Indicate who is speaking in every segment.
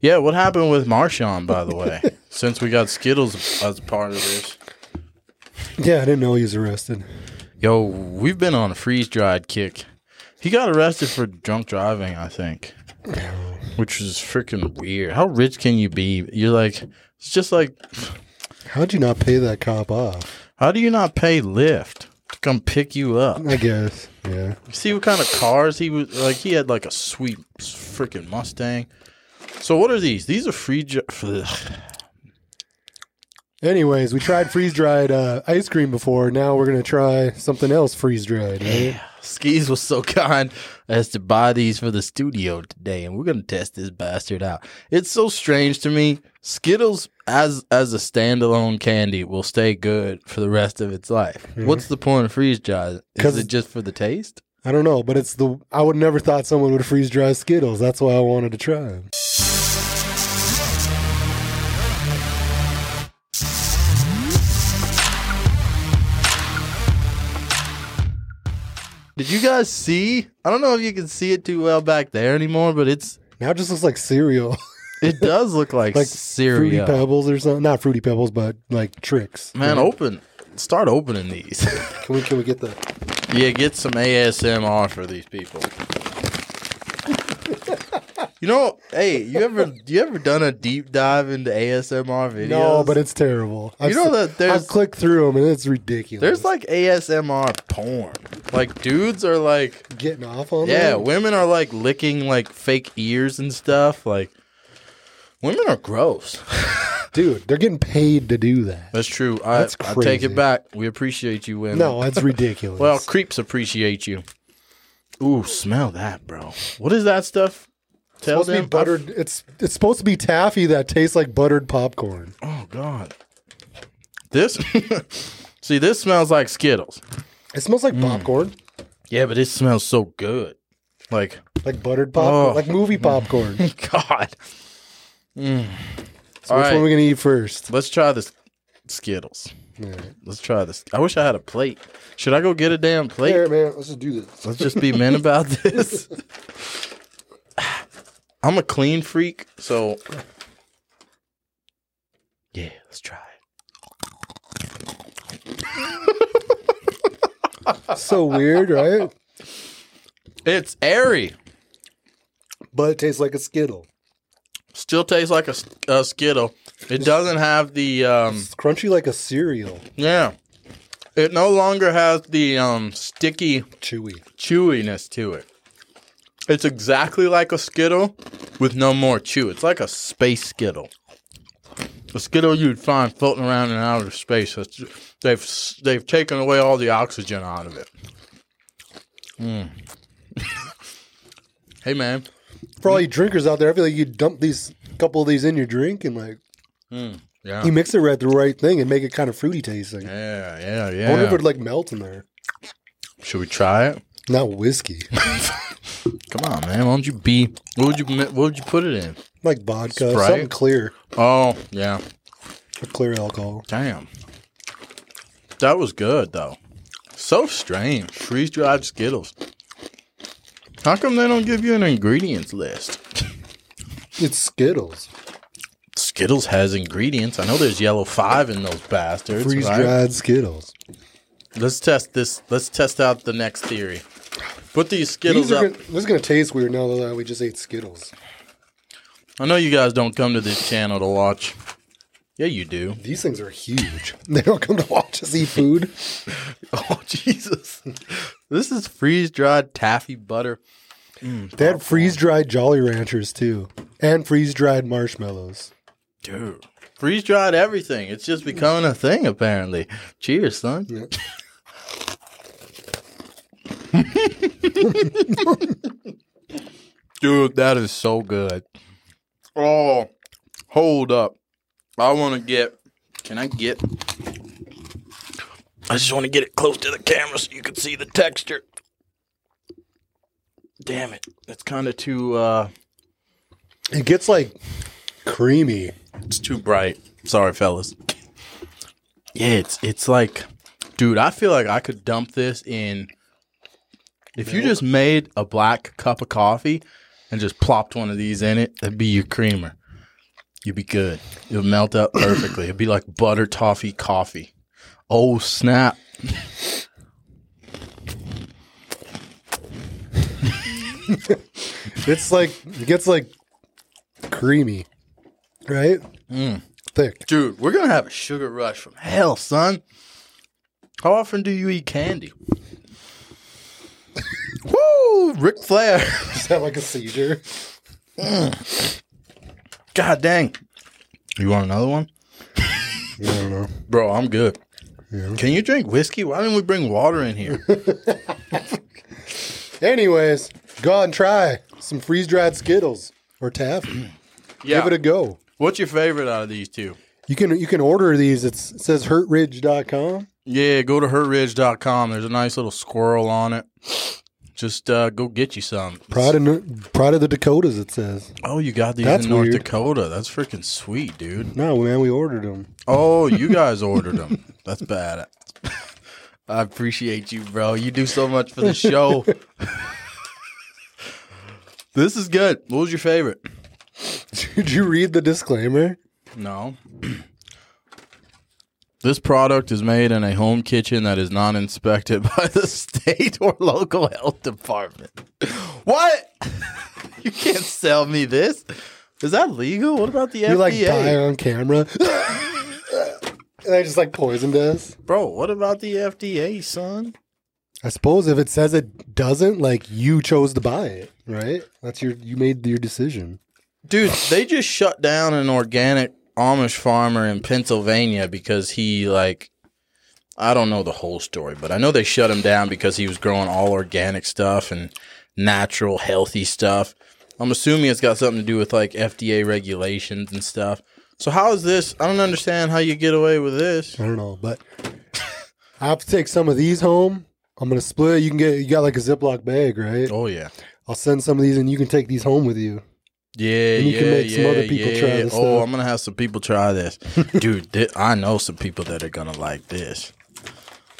Speaker 1: Yeah, what happened with Marshawn, by the way? Since we got Skittles as part of this.
Speaker 2: Yeah, I didn't know he was arrested.
Speaker 1: Yo, we've been on a freeze dried kick. He got arrested for drunk driving, I think. Which is freaking weird. How rich can you be? You're like, it's just like,
Speaker 2: How'd you not pay that cop off?
Speaker 1: how do you not pay Lyft to come pick you up?
Speaker 2: I guess. Yeah.
Speaker 1: See what kind of cars he was like. He had like a sweet freaking Mustang. So what are these? These are free. Ju-
Speaker 2: Anyways, we tried freeze dried uh, ice cream before. Now we're gonna try something else freeze dried. Right?
Speaker 1: Skis was so kind as to buy these for the studio today, and we're gonna test this bastard out. It's so strange to me. Skittles as as a standalone candy will stay good for the rest of its life. What's the point of freeze dry? Is
Speaker 2: Mm-hmm. 'Cause-
Speaker 1: it just for the taste?
Speaker 2: I don't know, but it's the I would never thought someone would freeze dry Skittles. That's why I wanted to try them.
Speaker 1: Did you guys see? I don't know if you can see it too well back there anymore, but it's
Speaker 2: Now it just looks like cereal,
Speaker 1: it does look like,
Speaker 2: like fruity
Speaker 1: cereal.
Speaker 2: pebbles or something. Not fruity pebbles, but like tricks.
Speaker 1: Man, open. Start opening these.
Speaker 2: Can we can we get the?
Speaker 1: yeah, get some ASMR for these people. You know, hey, you ever you ever done a deep dive into ASMR videos?
Speaker 2: No, but it's terrible. I've
Speaker 1: know
Speaker 2: se-
Speaker 1: that there's-
Speaker 2: I've clicked through them and it's ridiculous.
Speaker 1: there's like ASMR porn. Like dudes are like,
Speaker 2: getting off on
Speaker 1: yeah,
Speaker 2: them.
Speaker 1: women are like licking like fake ears and stuff. Like, women are gross.
Speaker 2: dude, they're getting paid to do that.
Speaker 1: That's true. I,
Speaker 2: That's
Speaker 1: I take
Speaker 2: crazy.
Speaker 1: it back. We appreciate you, women.
Speaker 2: No, that's ridiculous.
Speaker 1: Well, creeps appreciate you. Ooh, smell that, bro. What is that stuff? Tell
Speaker 2: supposed to
Speaker 1: them.
Speaker 2: be buttered. It's it's supposed to be taffy that tastes like buttered popcorn.
Speaker 1: Oh God. This. See, this smells like Skittles.
Speaker 2: It smells
Speaker 1: Hmm.
Speaker 2: like popcorn,
Speaker 1: Yeah, but it smells so good. Like
Speaker 2: like buttered popcorn,
Speaker 1: Oh.
Speaker 2: like movie popcorn. so
Speaker 1: God.
Speaker 2: which
Speaker 1: All right.
Speaker 2: one are we gonna eat first?
Speaker 1: Let's try this Skittles. Let's try this. I wish I had a plate. Should I go get a damn plate?
Speaker 2: Here, man, let's just do this.
Speaker 1: Let's just be men about this. I'm a clean freak, so yeah, let's try it.
Speaker 2: so weird, right?
Speaker 1: It's airy.
Speaker 2: But it tastes like a skittle.
Speaker 1: Still tastes like a, s- a Skittle. It doesn't have the um
Speaker 2: It's crunchy like a cereal,
Speaker 1: yeah. It no longer has the um sticky
Speaker 2: chewy.
Speaker 1: chewiness to it. It's exactly like a Skittle with no more chew. It's like a space Skittle. A Skittle you'd find floating around in outer space. That's- They've s- they've taken away all the oxygen out of it. Mm. hey man,
Speaker 2: For all you drinkers out there, I feel like you dump these couple of these in your drink and like
Speaker 1: yeah,
Speaker 2: you mix it right the right thing and make it kind of fruity tasting.
Speaker 1: yeah, yeah,
Speaker 2: I wonder
Speaker 1: yeah.
Speaker 2: if it would like melt in there.
Speaker 1: Should we try it?
Speaker 2: Not whiskey,
Speaker 1: Come on, man. Why don't you be? What would you? mi- What would you put it in?
Speaker 2: like vodka,
Speaker 1: Sprite?
Speaker 2: something clear,
Speaker 1: Oh, yeah.
Speaker 2: a clear alcohol.
Speaker 1: Damn. That was good though. So strange. Freeze dried Skittles. How come they don't give you an ingredients list?
Speaker 2: It's Skittles.
Speaker 1: Skittles has ingredients. I know there's yellow five in those bastards.
Speaker 2: Freeze
Speaker 1: right?
Speaker 2: dried Skittles.
Speaker 1: Let's test this. Let's test out the next theory. Put these Skittles
Speaker 2: These
Speaker 1: up.
Speaker 2: are gonna, this is gonna taste weird now that we just ate Skittles.
Speaker 1: I know you guys don't come to this channel to watch. Yeah, you do.
Speaker 2: These things are huge. They don't come to watch us eat food.
Speaker 1: Oh Jesus! This is freeze dried taffy butter.
Speaker 2: They had freeze dried Jolly Ranchers too, and freeze dried marshmallows.
Speaker 1: Dude, freeze dried everything. It's just becoming a thing, apparently. Cheers, son. Dude, that is so good. Oh, hold up. I want to get. Can I get. I just want to get it close to the camera so you can see the texture. Damn it. It's kind of too, uh,
Speaker 2: It gets like creamy.
Speaker 1: It's too bright. Sorry, fellas. Yeah, it's it's like, dude. I feel like I could dump this in. If you just made a black cup of coffee and just plopped one of these in it, that'd be your creamer. You'd be good. It'll melt up perfectly. It'd be like butter toffee coffee. Oh snap!
Speaker 2: It's like it gets like creamy, right?
Speaker 1: Mm.
Speaker 2: Thick.
Speaker 1: Dude, we're gonna have a sugar rush from hell, son. How often do you eat candy? Woo! Ric Flair.
Speaker 2: Is that like a seizure?
Speaker 1: God dang. You want another one?
Speaker 2: I don't know.
Speaker 1: Bro, I'm good. Can you drink whiskey? Why didn't we bring water in here?
Speaker 2: Anyways, go out and try some freeze dried Skittles or Taff.
Speaker 1: yeah.
Speaker 2: Give it a go.
Speaker 1: What's your favorite out of these two?
Speaker 2: You can you can order these. It's, it says hurtridge.com.
Speaker 1: Yeah, go to hurtridge.com. There's a nice little squirrel on it. Just uh, go get you some.
Speaker 2: Pride of Pride of the Dakotas. It says.
Speaker 1: Oh, you got these
Speaker 2: That's
Speaker 1: in North
Speaker 2: weird.
Speaker 1: Dakota. That's freaking sweet, dude.
Speaker 2: No man, we ordered them.
Speaker 1: Oh, you guys ordered them. That's bad. I appreciate you, bro. You do so much for the show. this is good. What was your favorite?
Speaker 2: Did you read the disclaimer?
Speaker 1: No. This product is made in a home kitchen that is not inspected by the state or local health department. What? You can't sell me this. Is that legal? What about the
Speaker 2: You
Speaker 1: FDA?
Speaker 2: like die on camera. and I just like poisoned us.
Speaker 1: Bro, what about the FDA, son?
Speaker 2: I suppose if it says it doesn't, like you chose to buy it, right? That's your you made your decision.
Speaker 1: Dude, they just shut down an organic Amish farmer in Pennsylvania because he like I don't know the whole story, but I know they shut him down because he was growing all organic stuff and natural, healthy stuff. I'm assuming it's got something to do with like FDA regulations and stuff. So how is this? I don't understand how you get away with this.
Speaker 2: I don't know, but I have to take some of these home. I'm gonna split. You can get you got like a Ziploc bag, right?
Speaker 1: Oh yeah.
Speaker 2: I'll send some of these, and you can take these home with you.
Speaker 1: Yeah,
Speaker 2: And you
Speaker 1: yeah,
Speaker 2: can make
Speaker 1: yeah,
Speaker 2: some other people
Speaker 1: yeah.
Speaker 2: try this
Speaker 1: Oh,
Speaker 2: stuff.
Speaker 1: I'm gonna have some people try this, dude. Thi- I know some people that are gonna like this.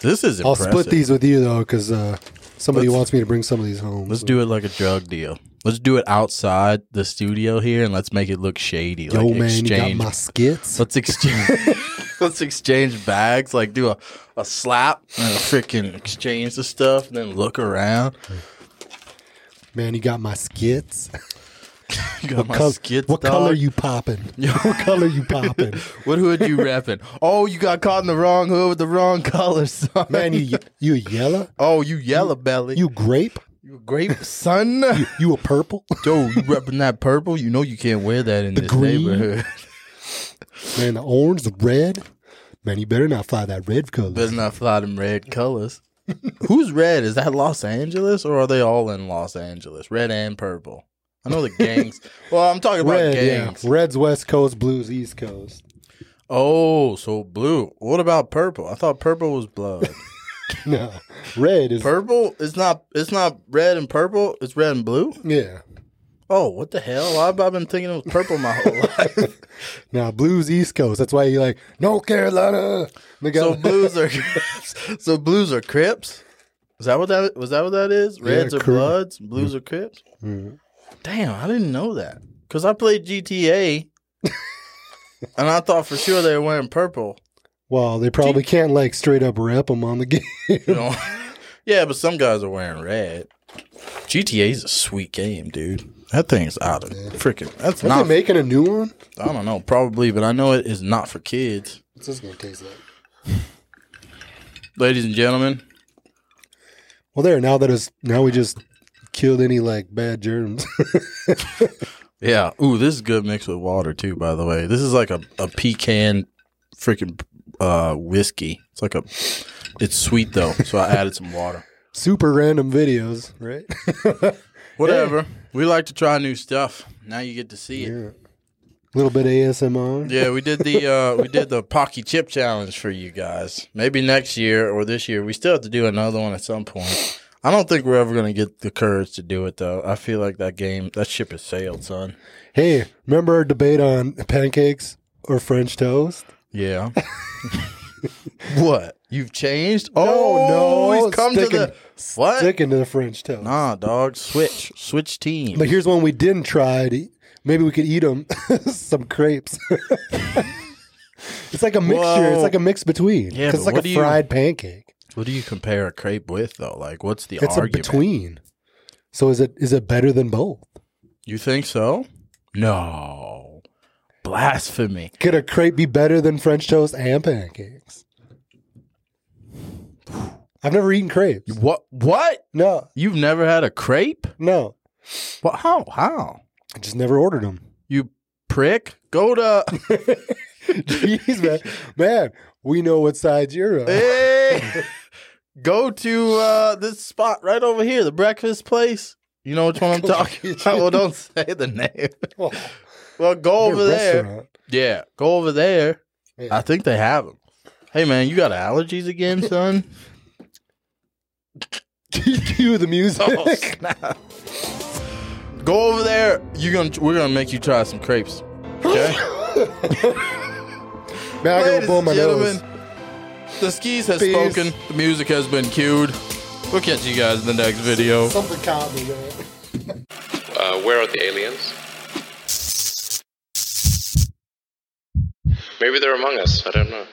Speaker 1: This is
Speaker 2: I'll
Speaker 1: impressive.
Speaker 2: split these with you though, because uh, somebody
Speaker 1: Let's-
Speaker 2: wants me to bring some of these home.
Speaker 1: Let's do it like a drug deal. Let's do it outside the studio here, and let's make it look shady.
Speaker 2: Yo,
Speaker 1: like
Speaker 2: man, you
Speaker 1: exchange.
Speaker 2: got my skits.
Speaker 1: let's exchange. let's exchange bags. Like do a, a slap and a freaking exchange the stuff, and then look around.
Speaker 2: Man, you got my skits.
Speaker 1: You got my
Speaker 2: Col-
Speaker 1: skits.
Speaker 2: what
Speaker 1: dog.
Speaker 2: color you popping? what color you popping?
Speaker 1: What hood you repping? Oh, you got caught in the wrong hood with the wrong color, son.
Speaker 2: Man, you you a yellow?
Speaker 1: Oh, you yellow belly.
Speaker 2: You grape?
Speaker 1: You grape son.
Speaker 2: You a purple?
Speaker 1: Yo, you repping that purple? You know you can't wear that in this
Speaker 2: green.
Speaker 1: neighborhood.
Speaker 2: Man, the orange, the red. Man, you better not fly that red color.
Speaker 1: Better not fly them red colors. Who's red? Is that Los Angeles or are they all in Los Angeles? Red and purple. I know the gangs. well, I'm talking about
Speaker 2: red, yeah.
Speaker 1: gangs.
Speaker 2: Red's West Coast, blues East Coast.
Speaker 1: Oh, so blue. What about purple? I thought purple was blood.
Speaker 2: No, red is
Speaker 1: purple? It's not. It's not red and purple. It's red and blue.
Speaker 2: yeah.
Speaker 1: Oh, what the hell? I've, I've been thinking it was purple my whole life.
Speaker 2: Now blues East Coast. That's why you like North Carolina. They
Speaker 1: So
Speaker 2: got-
Speaker 1: blues are crips. So blues are crips. Is that what that was? That what that is? Reds are
Speaker 2: cri-
Speaker 1: bloods. Blues are crips.
Speaker 2: Mm.
Speaker 1: Damn, I didn't know that because I played GTA, and I thought for sure they were wearing purple.
Speaker 2: well, they probably can't like straight up rep them on the game.
Speaker 1: You know? yeah, but some guys are wearing red. GTA's a sweet game, dude. That thing's out of freaking. That's
Speaker 2: Are
Speaker 1: not.
Speaker 2: they making a new one?
Speaker 1: I don't know, probably, but I know it is not for kids.
Speaker 2: What's this gonna taste like?
Speaker 1: Ladies and gentlemen,
Speaker 2: Well, there. Now that is now we just killed any like bad germs.
Speaker 1: Yeah. Ooh, this is good mixed with water too. By the way, this is like a, a pecan freaking uh, whiskey. It's like a. It's sweet though, so I added some water.
Speaker 2: Super random videos, right?
Speaker 1: Whatever. We like to try new stuff. Now you get to see it.
Speaker 2: yeah. Little bit ASMR.
Speaker 1: Yeah, we did the uh, we did the Pocky Chip challenge for you guys. Maybe next year or this year. We still have to do another one at some point. I don't think we're ever gonna get the courage to do it though. I feel like that game, that ship has sailed, son.
Speaker 2: Hey, remember our debate on pancakes or French toast?
Speaker 1: Yeah. what? You've changed? Oh
Speaker 2: Oh, no,
Speaker 1: He's come
Speaker 2: sticking-
Speaker 1: to the what?
Speaker 2: Sticking to the French toast.
Speaker 1: Nah, dog. Switch. Switch team.
Speaker 2: But here's one we didn't try. To, Maybe we could eat them some crepes. it's like a mixture.
Speaker 1: Whoa.
Speaker 2: It's like a mix between.
Speaker 1: Yeah,
Speaker 2: 'Cause
Speaker 1: but
Speaker 2: it's like
Speaker 1: what do
Speaker 2: a
Speaker 1: you-
Speaker 2: fried pancake.
Speaker 1: What do you compare a crepe with though? Like, what's the
Speaker 2: It's
Speaker 1: argument?
Speaker 2: a between. So is it is it better than both?
Speaker 1: You think so? No, blasphemy.
Speaker 2: Could a crepe be better than French toast and pancakes? I've never eaten crepes.
Speaker 1: What? What?
Speaker 2: No,
Speaker 1: You've never had a crepe?
Speaker 2: no.
Speaker 1: What? How? How?
Speaker 2: I just never ordered them.
Speaker 1: You prick. Go to.
Speaker 2: Jeez, man. Man, we know what side you're on.
Speaker 1: Eh, hey, go to uh, this spot right over here, the breakfast place. You know which one I'm talking about. Well, don't say the name.
Speaker 2: Oh,
Speaker 1: Well, go over
Speaker 2: your
Speaker 1: there.
Speaker 2: restaurant.
Speaker 1: Yeah, go over there.
Speaker 2: Yeah.
Speaker 1: I think they have them. Hey, man, you got allergies again, son?
Speaker 2: Cue the music.
Speaker 1: Oh, snap. Go over there. You gonna we're gonna make you try some crepes. Okay.
Speaker 2: man, I gotta
Speaker 1: Ladies
Speaker 2: blow
Speaker 1: and
Speaker 2: my
Speaker 1: gentlemen,
Speaker 2: nose.
Speaker 1: the skis has
Speaker 2: Peace.
Speaker 1: spoken. The music has been cued. We'll catch you guys in the next video.
Speaker 2: Something caught me, man.
Speaker 3: Uh, where are the aliens? Maybe they're among us. I don't know.